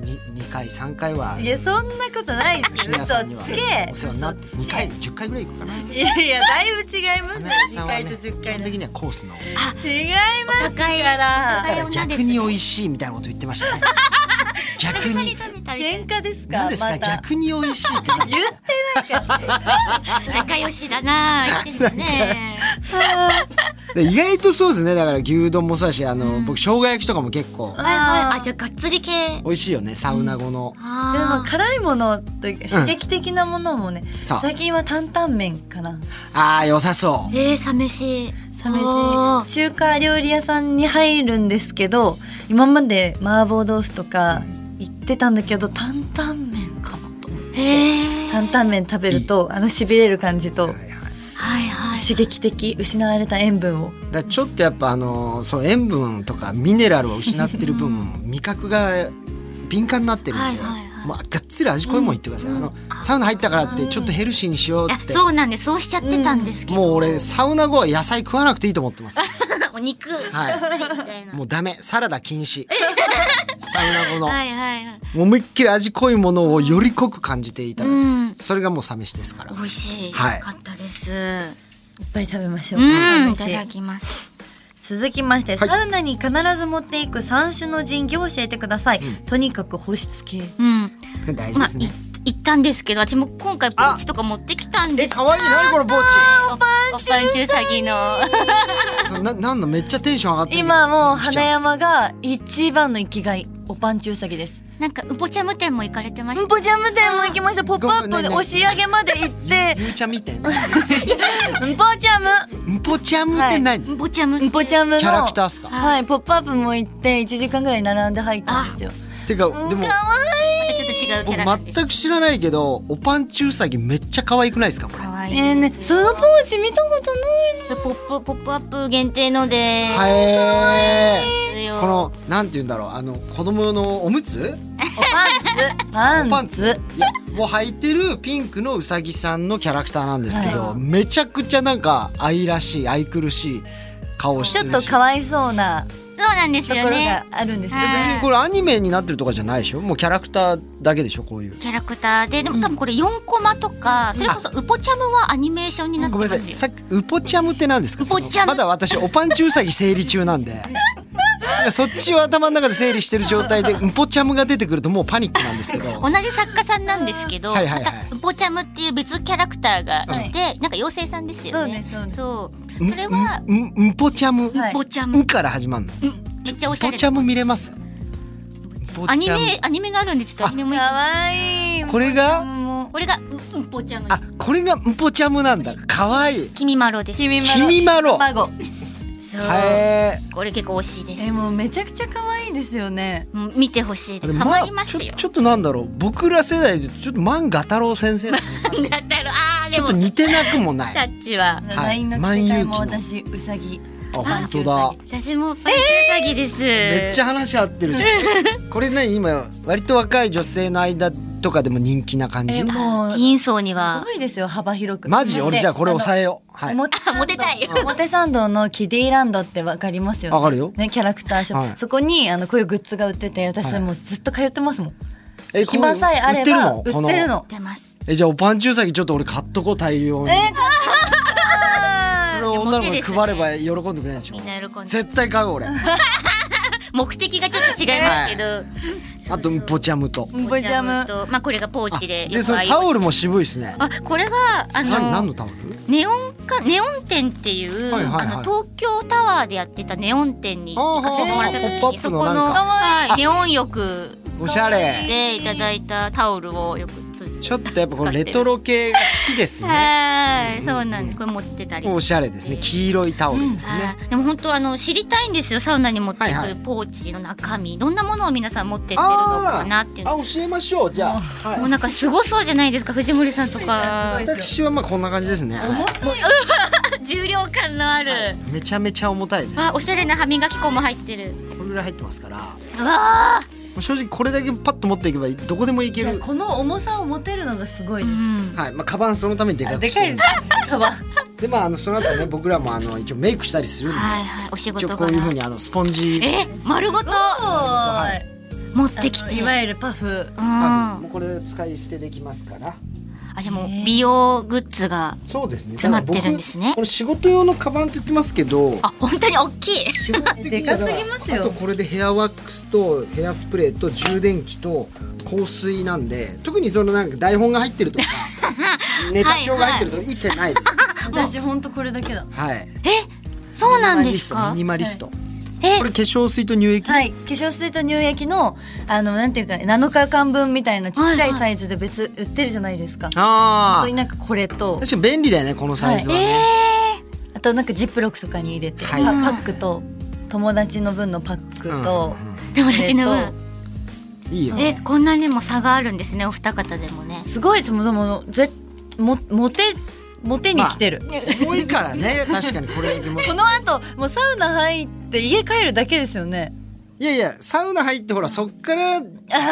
Speaker 3: んに二回三回はい
Speaker 5: やそんなことないで
Speaker 3: 吉
Speaker 5: すよ
Speaker 3: 野家
Speaker 5: 嘘
Speaker 3: さんには
Speaker 5: つけ
Speaker 3: お世話になって二回十回ぐらい行くかない
Speaker 5: やいやだいぶ違いますね
Speaker 3: 花山
Speaker 5: 二
Speaker 3: さんは
Speaker 5: 回
Speaker 3: ね
Speaker 5: と
Speaker 3: 基
Speaker 5: 十
Speaker 3: 本
Speaker 5: 回の違
Speaker 3: 的
Speaker 5: い
Speaker 3: にはコースの
Speaker 5: ますから
Speaker 6: 高い女で
Speaker 5: (laughs)
Speaker 6: す
Speaker 3: 逆に美味しいみたいなこと言ってましたね。逆
Speaker 6: 久々に
Speaker 3: に
Speaker 6: 食べたみたい
Speaker 5: 喧
Speaker 6: な
Speaker 5: 嘩ですか
Speaker 3: 何ですか
Speaker 5: また
Speaker 3: 逆に美味しいって
Speaker 5: (laughs) 言って
Speaker 6: 仲良しだなぁいいですね
Speaker 3: で意外とそうですねだから牛丼もそうだしあの、僕生姜焼きとかも結構
Speaker 6: はいはいあじゃあがっつり系
Speaker 3: 美味しいよねサウナ後の、
Speaker 5: でも
Speaker 6: あ
Speaker 5: 辛いものというか刺激的なものもね、
Speaker 3: そう
Speaker 5: 最近は担々麺かな
Speaker 3: あー良さそ
Speaker 6: ーえー、寂しい
Speaker 5: サメ
Speaker 6: おー
Speaker 5: シ中華料理屋さんに入るんですけど今まで麻婆豆腐とか行ってたんだけど担々麺かもと思って
Speaker 6: へえ
Speaker 5: 担々麺食べるとあのしびれる感じと
Speaker 3: う、はいはい
Speaker 6: はいはい
Speaker 5: 刺激的失われた塩分を
Speaker 3: だからちょっとやっぱあのそう塩分とかミネラルを失ってる分味覚が敏感になってるんで、
Speaker 6: はいはいはい
Speaker 3: まあ、がっつり味濃いもん言ってください、あのサウナ入ったからってちょっとヘルシーにしよう
Speaker 6: いや
Speaker 3: って
Speaker 6: そうなんでそうしちゃってたんですけど、
Speaker 3: もう俺サウナ後は野菜食わなくていいと思ってます、
Speaker 6: (laughs) お肉が
Speaker 3: は、
Speaker 6: っつりみたいない
Speaker 3: もうダメサラダ禁
Speaker 6: (laughs)
Speaker 3: 止サウナ後の、
Speaker 6: はいはいはい
Speaker 3: もう思いっきり味濃いものをより濃く感じていただく、
Speaker 6: うん
Speaker 3: それがもうサ飯ですから
Speaker 6: 美味しい、
Speaker 3: はい
Speaker 6: かったです
Speaker 5: いっぱい食べましょう、
Speaker 6: うんい
Speaker 5: サ
Speaker 6: た
Speaker 5: メシ
Speaker 6: だきます
Speaker 5: 続きまして、
Speaker 3: はい
Speaker 5: サウナに必ず持っていく三種の神器を教えてください、とにかく保湿系
Speaker 6: うん
Speaker 3: 大事
Speaker 6: まあ
Speaker 3: ですね、
Speaker 6: い行ったんですけど私も今回ポーチとか持ってきたん
Speaker 3: え
Speaker 6: です
Speaker 3: 可愛い何このポー
Speaker 6: おぱんちゅうさぎの
Speaker 3: チそんななんのめっちゃテンション上がってる
Speaker 5: 今もう
Speaker 3: 水木ち
Speaker 5: 花
Speaker 3: ゃん
Speaker 5: 山が一番の生きがいおパンチウサギです
Speaker 6: なんかウポチャム店も行かれてまし
Speaker 5: うん
Speaker 6: た
Speaker 5: ぽジャム店も行きました。ポップア
Speaker 3: ごめ
Speaker 5: ップ
Speaker 3: ん
Speaker 5: で
Speaker 3: ねね
Speaker 5: 押し上げまで行
Speaker 3: (laughs)
Speaker 5: って、
Speaker 3: ゆうちゃんみたいな
Speaker 5: うんぽジャム、
Speaker 3: んぽちゃむって何、
Speaker 6: ウポチャム
Speaker 5: うんぽジャムの
Speaker 3: キャラクターっすか
Speaker 5: はい、ポップアップも行って一時間ぐらい並んで入ったんですよ。
Speaker 3: てか
Speaker 5: うん
Speaker 3: でも
Speaker 5: かわ
Speaker 6: またちょっと違うキャラなん
Speaker 3: 僕
Speaker 6: です
Speaker 3: 全く知らないけどおパンチウサギめっちゃ可愛くないですかこれ
Speaker 6: 可
Speaker 5: い
Speaker 6: 愛
Speaker 5: い。
Speaker 6: い
Speaker 5: ねえねえ、そのポーチ見たことないの。
Speaker 6: ポップポップアップ限定ので
Speaker 3: は
Speaker 6: す
Speaker 3: い
Speaker 6: よ
Speaker 3: このなんて言うんだろうあの子供用のおむつ
Speaker 5: おパンツ、
Speaker 3: パンツいやを履いてるピンクのウサギさんのキャラクターなんですけど、
Speaker 5: はい
Speaker 3: めちゃくちゃなんか愛らしい愛くるしい顔をし
Speaker 5: ち
Speaker 3: て
Speaker 5: ょ
Speaker 3: る
Speaker 5: っ
Speaker 3: し
Speaker 5: とかわいそうな
Speaker 6: そうなんです
Speaker 5: とこ
Speaker 6: よ
Speaker 5: ろ
Speaker 6: ね
Speaker 5: があるんですけど、
Speaker 6: はい
Speaker 3: これアニメになってるとかじゃないでしょもうキャラクターだけでしょこういう
Speaker 6: キャラクターででも多分これ4コマとかそれこそウポチャムはアニメーションになって
Speaker 3: ご
Speaker 6: ま
Speaker 3: めんな
Speaker 6: すよ
Speaker 3: さいさっきウポチャムって何ですか
Speaker 6: ウポチャム
Speaker 3: そのまだ私おパンチウサギ整理中なんでなんかそっちを頭の中で整理してる状態でウポチャムが出てくるともうパニックなんですけど
Speaker 6: 同じ作家さんなんですけど、
Speaker 3: はいはいはい
Speaker 6: またウポチャムっていう別キャラクターがいて、なんか妖精さんですよね。
Speaker 5: そうです
Speaker 6: そうそれは
Speaker 3: んんんウポチャム、
Speaker 5: は
Speaker 6: ウ
Speaker 5: い
Speaker 6: ポチャム、
Speaker 3: んから始まるのウ
Speaker 6: めっちゃおしゃ
Speaker 3: ポ
Speaker 6: れ
Speaker 3: チャム見れます
Speaker 6: アニ
Speaker 3: ウポチャ
Speaker 6: メ
Speaker 3: ム
Speaker 6: アニメがあるんでちょっとアニメもいい
Speaker 5: かわいい。
Speaker 3: これが
Speaker 5: も
Speaker 6: これがウポチャム
Speaker 3: あこれがウポチャムなんだかわいいう
Speaker 6: 君まろです
Speaker 5: う、君まろ。
Speaker 3: 君まろ
Speaker 5: 卵。
Speaker 6: そう、
Speaker 3: へ
Speaker 6: これ結構推しいです
Speaker 5: え、もうめちゃくちゃ可愛いですよね。
Speaker 6: うん見てほしいで
Speaker 3: ーです
Speaker 6: ハ
Speaker 3: も
Speaker 6: マ
Speaker 3: まあ
Speaker 6: ります
Speaker 3: ち
Speaker 6: よ
Speaker 3: ょちょっとなんだろう僕ら世代でちょっと万賀太郎
Speaker 6: (laughs)
Speaker 3: 先生の
Speaker 6: だったらあー
Speaker 3: ち
Speaker 6: で
Speaker 3: ょっ
Speaker 6: も
Speaker 3: と似てなくもな
Speaker 6: (laughs) タ
Speaker 3: い
Speaker 6: ッチは
Speaker 3: はい
Speaker 5: LINE の着せ替えも
Speaker 3: 万有
Speaker 5: 私うさぎ。
Speaker 3: あ本当だ
Speaker 6: 私もパンツウサギです、
Speaker 3: めっちゃ話合ってるじゃ
Speaker 5: (laughs)
Speaker 3: ん。これね今割と若い女性の間とかでも人気な感じ
Speaker 5: え。もう
Speaker 6: ティーン層に
Speaker 5: す
Speaker 6: は
Speaker 5: ごいですよ幅広く
Speaker 3: マジ俺じゃあこれ抑え
Speaker 5: よ
Speaker 3: よう。はい。
Speaker 5: 表参道
Speaker 6: あモテたい
Speaker 5: (laughs) 表参道のキディランドってわかりますよね
Speaker 3: わかるよ
Speaker 5: ねキャラクターショップ、
Speaker 3: はい
Speaker 5: そこにあのこういうグッズが売ってて私
Speaker 3: はい
Speaker 5: もうずっと通ってますもん、
Speaker 3: え
Speaker 5: 暇さえあれば売ってるの
Speaker 3: この
Speaker 6: 出ます
Speaker 3: えじゃあおパンチウサギちょっと俺買っとこう大量に。
Speaker 5: えー
Speaker 3: (laughs) それを女の子に配れば喜んでくれないでしょ
Speaker 6: みん。な喜んで
Speaker 3: 絶対買う
Speaker 5: (laughs)
Speaker 3: 俺。あ
Speaker 6: 目的がちょっと違いますけど、
Speaker 3: とポチャムと。
Speaker 5: ボジャム
Speaker 6: とまあこれがポーチで
Speaker 3: で
Speaker 6: よ
Speaker 3: そ
Speaker 6: く
Speaker 3: の
Speaker 6: 愛用
Speaker 3: タオル
Speaker 6: して
Speaker 3: も渋いですね。
Speaker 6: あこれがあ
Speaker 3: な何の
Speaker 6: の
Speaker 3: タオル？
Speaker 6: ネオンかネオン店っていう、
Speaker 3: はいはいはい
Speaker 6: あの東京タワーでやってたネオン店に行かせてもらった
Speaker 3: あー
Speaker 6: 時
Speaker 3: ポップア
Speaker 6: に
Speaker 3: ッ
Speaker 6: そ
Speaker 3: プ
Speaker 6: こ
Speaker 3: のなんか
Speaker 6: の、
Speaker 5: かわいい
Speaker 6: はい、ネオン浴
Speaker 3: おしゃれ。
Speaker 6: でいただいたタオルをよくつ
Speaker 3: ちょっとやっぱこのレトロ系が好きですね。
Speaker 6: はいそうなんですこれ持ってたり
Speaker 3: おしゃれですね。黄色いタオルですね。
Speaker 6: はいでも本当あの知りたいんですよサウナに持ってい
Speaker 3: はいはい
Speaker 6: くポーチの中身、どんなものを皆さん持ってってるのかなっていう
Speaker 3: あ
Speaker 6: の
Speaker 3: ーあ教えましょうじゃあ。はい
Speaker 6: もうなんかすごそうじゃないですか藤森さんとか
Speaker 5: すごい
Speaker 3: 私はまあこんな感じですね。
Speaker 6: 重量感のある、
Speaker 3: めちゃめちゃ重たいです。
Speaker 6: あおしゃれな歯磨き粉も入ってる
Speaker 3: これぐらい入ってますから。も
Speaker 6: うわー
Speaker 3: う正直これだけパッと持っていけばどこでも行け
Speaker 5: いや
Speaker 3: る。
Speaker 5: この重さを持てるのがすごいうです、
Speaker 6: ん
Speaker 3: はい、まあカバンそのためにでか
Speaker 5: あ
Speaker 3: く
Speaker 5: で
Speaker 3: して
Speaker 5: か
Speaker 3: る
Speaker 5: いですカバン
Speaker 3: でまああのその後ね僕らもあの一応メイクしたりするんで、
Speaker 6: はいはいお仕
Speaker 3: 一応
Speaker 6: 事
Speaker 3: こ
Speaker 6: が
Speaker 3: ういうふうにあのスポンジ、
Speaker 6: え丸ごと
Speaker 5: は
Speaker 6: 持ってき
Speaker 5: い
Speaker 6: て
Speaker 5: いわゆるパフ
Speaker 6: うん
Speaker 3: もうこれ使い捨てできますから。
Speaker 6: あじゃあもう美容グッズが
Speaker 3: そうですね
Speaker 6: 詰まってるんですね
Speaker 3: だから僕これ仕事用のカバンって言ってますけど
Speaker 6: あ本当に大きい
Speaker 3: 基本的にはだら
Speaker 5: でかすぎますよ
Speaker 3: あとこれでヘアワックスとヘアスプレーと充電器と香水なんで特にそのなんか台本が入ってるとかネタ帳が入ってるとか一切ないです
Speaker 5: 私本当これだけだ
Speaker 3: はい
Speaker 6: そうなんですか
Speaker 3: ミニマリストミニマリスト、
Speaker 6: え
Speaker 3: これ化粧水と乳液、
Speaker 5: はい化粧水と乳液のあのなんていうか7日間分みたいなちっちゃいサイズで別売ってるじゃないですか、
Speaker 3: あ
Speaker 5: 本当
Speaker 3: あ
Speaker 5: になんかこれと
Speaker 3: 確かに便利だよねこのサイズはね、
Speaker 5: あとなんかジップロックとかに入れて、
Speaker 3: はい
Speaker 5: パパックと友達の分のパックと、
Speaker 6: 友達の
Speaker 5: えっ
Speaker 6: 分
Speaker 5: と
Speaker 3: いいよ
Speaker 6: え
Speaker 3: ね
Speaker 6: こんなにも差があるんですねお二方でもね
Speaker 5: すごいですもうでもぜもモテモテに来てる、
Speaker 3: 重いからね確かにこれだけも
Speaker 5: (laughs) この後もうサウナ入って家帰るだけですよね
Speaker 3: いやいやサウナ入ってほらそっからデ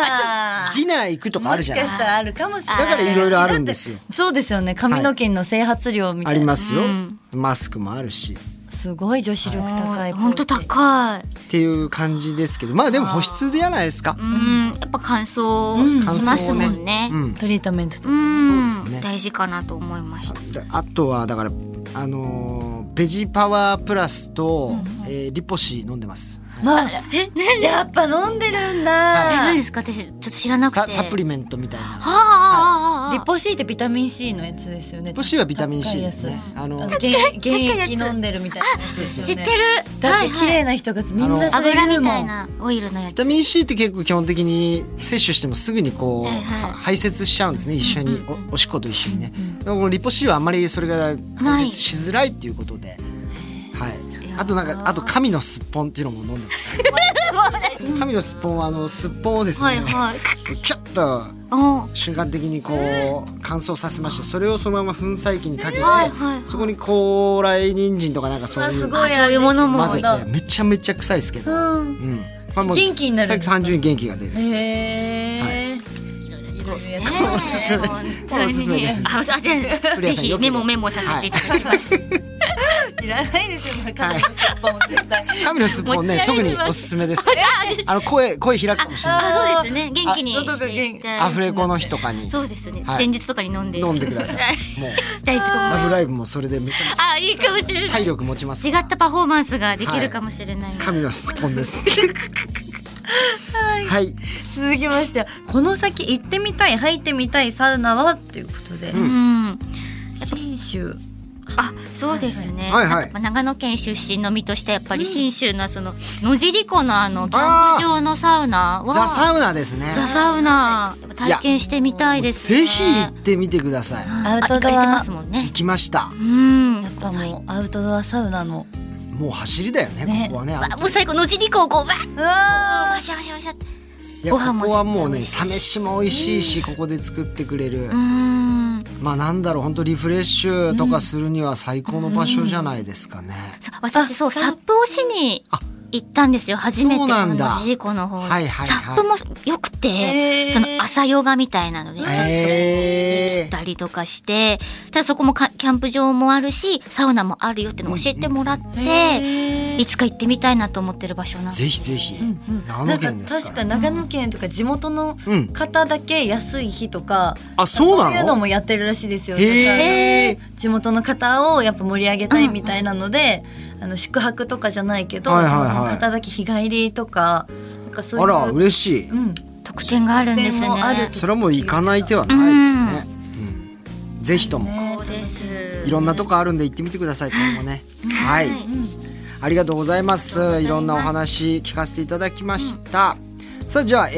Speaker 5: あ
Speaker 3: ィナー行くとかあるじゃない
Speaker 5: もしかしたらあるかもしれない
Speaker 3: だからいろいろあるんですよ
Speaker 5: そうですよね髪の毛の整髪量みた
Speaker 3: あ
Speaker 5: いな、
Speaker 3: りますよ、
Speaker 6: うん
Speaker 3: マスクもあるし
Speaker 5: すごい女子力高い
Speaker 6: 本当高い
Speaker 3: っていう感じですけどまあでも保湿じゃないですか
Speaker 6: うんやっぱ乾燥しますもんね
Speaker 3: う
Speaker 6: うん
Speaker 3: ん
Speaker 5: トリートメントとか、
Speaker 3: そうですね
Speaker 6: 大事かなと思いました
Speaker 3: であとはだからあのーベジパワープラスと、えーリポシー飲んでます、はい
Speaker 5: まあえやっぱ飲んでるん
Speaker 6: え
Speaker 5: だ
Speaker 6: 何ですか私ちょっと知らなく
Speaker 3: サ
Speaker 6: て
Speaker 3: サプリメントみたいな
Speaker 6: はあはあはあはあ
Speaker 5: リポ C ってビタミン C のやつですよね
Speaker 3: リポシーはビタミン C ですねあ
Speaker 5: あ
Speaker 3: の
Speaker 5: の原原液飲んでるみたいなやつですよ
Speaker 6: 知っ
Speaker 5: ね
Speaker 6: てる
Speaker 5: だっ
Speaker 6: は
Speaker 5: て
Speaker 6: い
Speaker 5: 綺
Speaker 6: はい
Speaker 5: 麗な人がみんなそれ言
Speaker 6: 油
Speaker 5: う
Speaker 6: み
Speaker 5: も
Speaker 6: たい
Speaker 5: ん
Speaker 6: なオイルのや
Speaker 3: ビタ
Speaker 6: つ
Speaker 3: ミン C って結構基本的に摂取してもすぐにこう、
Speaker 6: はいはい
Speaker 3: 排泄しちゃうんですね一緒におおしっこと一緒にね、でもこのリポ C はあんまりそれが排泄しづらいっていうことではいあとなんかあと神のすっぽんっていうのも飲んで
Speaker 6: (laughs)
Speaker 3: ます神のすっぽんはあのすっぽんをですね、
Speaker 6: はいはい
Speaker 3: キュッと
Speaker 6: お
Speaker 3: 瞬間的にこう乾燥させましてそれをそのまま粉砕機にかけて、
Speaker 6: はいはい
Speaker 3: そこに高麗人参とかなんかそう
Speaker 5: あ
Speaker 3: い
Speaker 5: す
Speaker 3: う
Speaker 5: ごい
Speaker 6: そういうものも
Speaker 3: 混ぜ
Speaker 5: 混ぜ
Speaker 3: てめちゃめちゃ臭いですけど、
Speaker 5: うん
Speaker 3: うんこれもう
Speaker 5: 元気になるんですか
Speaker 3: 30に元気が出る
Speaker 5: へえ
Speaker 6: ね
Speaker 3: おすすめ
Speaker 6: 本
Speaker 3: これ
Speaker 6: 当
Speaker 3: おすすめ
Speaker 6: に
Speaker 3: ですね
Speaker 6: ああじゃあ
Speaker 3: 古谷
Speaker 6: ぜ
Speaker 3: さん
Speaker 6: ひ
Speaker 3: よく
Speaker 6: メモメモさせていただきます
Speaker 5: いらないですよ中のス
Speaker 6: (laughs)
Speaker 5: ッポン絶対
Speaker 3: 神のすっぽんね
Speaker 6: 持ち
Speaker 3: 特
Speaker 6: 歩い
Speaker 3: に
Speaker 6: てます
Speaker 3: おすすめですあの声声開くかもしれない
Speaker 6: あそうですね元気に
Speaker 5: あ
Speaker 6: していきたい
Speaker 3: アフレコの日とかに
Speaker 6: そうですね、
Speaker 3: はい
Speaker 6: 前日とかに飲んで
Speaker 3: 飲んでくださいもう
Speaker 6: したいと思い
Speaker 3: 「ラ
Speaker 6: ま
Speaker 3: ブライブ!」もそれでめちゃめち
Speaker 6: すあいいかもしれ
Speaker 3: ゃ
Speaker 6: な
Speaker 3: 体
Speaker 6: い違
Speaker 3: 力持ちます
Speaker 6: ったパフォーマンスができるかもしれない、
Speaker 3: 神のすっぽん
Speaker 6: (laughs)
Speaker 3: ですはい
Speaker 5: 続きましてはこの先行ってみたい入ってみたいサウナはということで、
Speaker 6: うん
Speaker 5: 信州
Speaker 6: あそうですね、
Speaker 3: はいはい
Speaker 6: なんか長野県出身の身としてやっぱり信州のその野尻湖のあのキャンプ場のサウナは
Speaker 3: ザ・サウナですね
Speaker 6: ザサウナやっぱ体験してみたいですね
Speaker 3: ぜひ行ってみてください
Speaker 5: アウトドア
Speaker 6: あ行かれてますもんね
Speaker 3: 行きました
Speaker 6: うん
Speaker 5: やっぱもうアウトドアサウナの
Speaker 3: もう走りだよね
Speaker 5: ね
Speaker 3: ここはね
Speaker 6: あもう最高野尻湖をこうわーわしゃわしゃわしゃって
Speaker 3: いや
Speaker 6: ご
Speaker 3: こ
Speaker 6: 飯も
Speaker 3: こはもうねサ飯も美味しいしここで作ってくれる
Speaker 6: うん
Speaker 3: まあなんだろう本当リフレッシュとかするには最高の場所じゃないですかね
Speaker 6: そう私そうサップをしに
Speaker 3: あ
Speaker 6: 行ったんですよ初めて
Speaker 3: そうな
Speaker 6: あ
Speaker 3: ん
Speaker 6: の
Speaker 3: だ
Speaker 6: 野尻湖の方に、
Speaker 3: はいはいはい
Speaker 6: サップもよくて、
Speaker 5: へー
Speaker 6: その朝ヨガみたいなので、
Speaker 3: え
Speaker 6: 行ったりとかしてただそこもかキャンプ場もあるしサウナもあるよっていうのを教えてもらって、
Speaker 5: へー
Speaker 6: いつか行ってみたいなと思ってる場所なん
Speaker 3: ぜひぜひ長野
Speaker 5: なんか
Speaker 3: 県です
Speaker 5: 確
Speaker 3: か
Speaker 5: から長野県とか地元の
Speaker 3: うん
Speaker 5: 方だけ安い日とか、
Speaker 3: あそうなの
Speaker 5: そういうのもやってるらしいですよ
Speaker 3: へえ
Speaker 5: 地元の方をやっぱ盛り上げたいみたいなので、あの宿泊とかじゃないけど、
Speaker 3: はいはいはい
Speaker 5: 地元の方だけ日帰りとかなんかそうい
Speaker 3: あ
Speaker 5: う
Speaker 3: ら嬉しい
Speaker 5: うん、
Speaker 6: 特典があるんですね
Speaker 5: 特典もある
Speaker 3: それはもう行かない手はないですねうんぜひとも
Speaker 6: そうです
Speaker 3: いろんなとこあるんで行ってみてくださいこれもねはいありがとうございますいろんなお話聞かせていただきましたさあじゃあ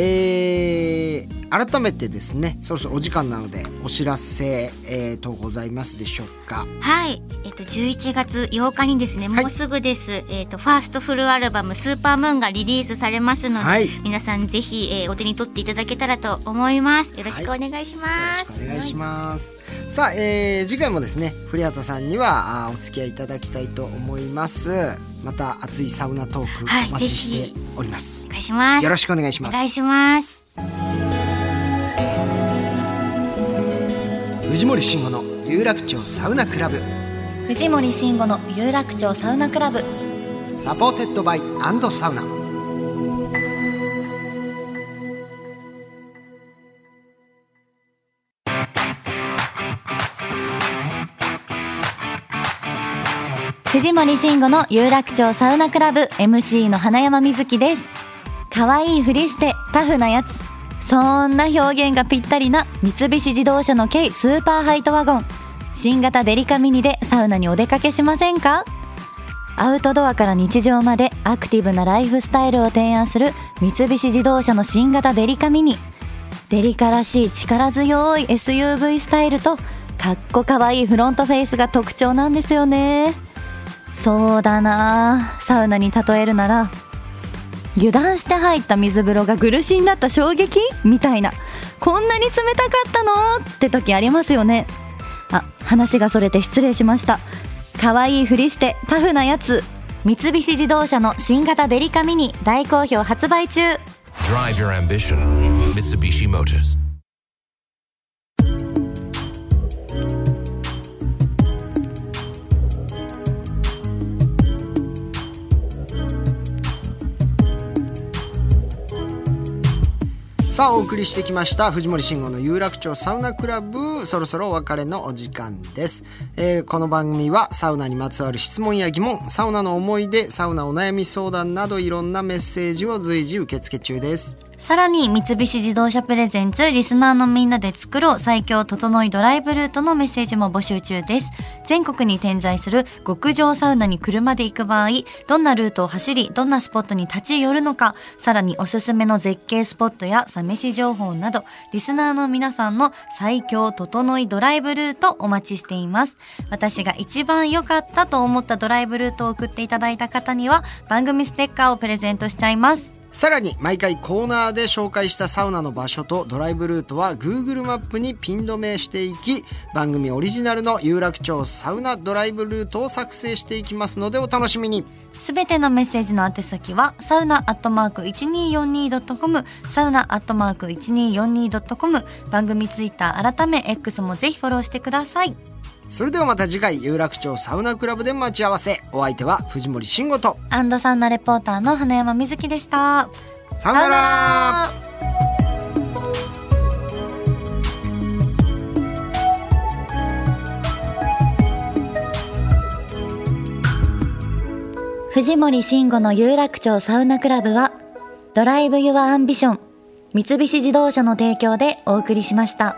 Speaker 3: えー改めてですねそろそろお時間なのでお知らせ、えー、とございますでしょうか
Speaker 6: はい、えっと11月8日にですね、
Speaker 3: はい
Speaker 6: もうすぐです。えっとファーストフルアルバムスーパームーンがリリースされますので、
Speaker 3: はい
Speaker 6: 皆さんぜひ、えーお手に取っていただけたらと思います。よろしくお願いします。
Speaker 3: お願いします。さあ、えー次回もですね、古畑さんにはあーお付き合いいただきたいと思います。また熱いサウナトーク
Speaker 6: はい
Speaker 3: お待ちしております
Speaker 6: お。願いします。
Speaker 3: よろしくお願いし
Speaker 6: お
Speaker 3: ます。
Speaker 6: 願いします。
Speaker 3: 藤森慎吾の有楽町サウナクラブ
Speaker 4: 藤森慎吾の有楽町サウナクラブ
Speaker 3: サポーテッドバイアンドサウナ。
Speaker 4: 藤森慎吾の有楽町サウナクラブ MC の花山瑞希です可愛いふりしてタフなやつそんな表現がぴったりな三菱自動車の軽スーパーハイトワゴン新型デリカミニでサウナにお出かけしませんかアウトドアから日常までアクティブなライフスタイルを提案する三菱自動車の新型デリカミニデリカらしい力強い SUV スタイルとかっこかわいいフロントフェイスが特徴なんですよねそうだなあサウナに例えるなら油断して入った水風呂が苦しになった衝撃みたいなこんなに冷たかったのって時ありますよねあ話がそれて失礼しました可愛いふりしてタフなやつ三菱自動車の新型デリカミニ大好評発売中
Speaker 7: Drive your ambition. Mitsubishi Motors.
Speaker 3: さあお送りしてきました藤森慎吾の有楽町サウナクラブそろそろお別れのお時間です、えーこの番組はサウナにまつわる質問や疑問サウナの思い出サウナお悩み相談などいろんなメッセージを随時受付中です
Speaker 5: さらに、三菱自動車プレゼンツ、リスナーのみんなで作ろう最強整いドライブルートのメッセージも募集中です。全国に点在する極上サウナに車で行く場合、どんなルートを走り、どんなスポットに立ち寄るのか、さらにおすすめの絶景スポットやサ飯情報など、リスナーの皆さんの最強整いドライブルートお待ちしています。私が一番良かったと思ったドライブルートを送っていただいた方には、番組ステッカーをプレゼントしちゃいます。
Speaker 3: さらに毎回コーナーで紹介したサウナの場所とドライブルートは Google マップにピン止めしていき番組オリジナルの有楽町サウナドライブルートを作成していきますのでお楽しみに
Speaker 5: すべてのメッセージの宛先は、サウナアットマーク 1242.com、サウナアットマーク 1242.com、番組ツイッター改め X もぜひフォローしてください。
Speaker 3: それではまた次回有楽町サウナクラブで待ち合わせお相手は藤森慎吾と
Speaker 5: アンドサウナレポーターの花山瑞希でした。
Speaker 3: さよなら
Speaker 4: 藤森慎吾の有楽町サウナクラブは、ドライブ・ユア・アンビション、三菱自動車の提供でお送りしました。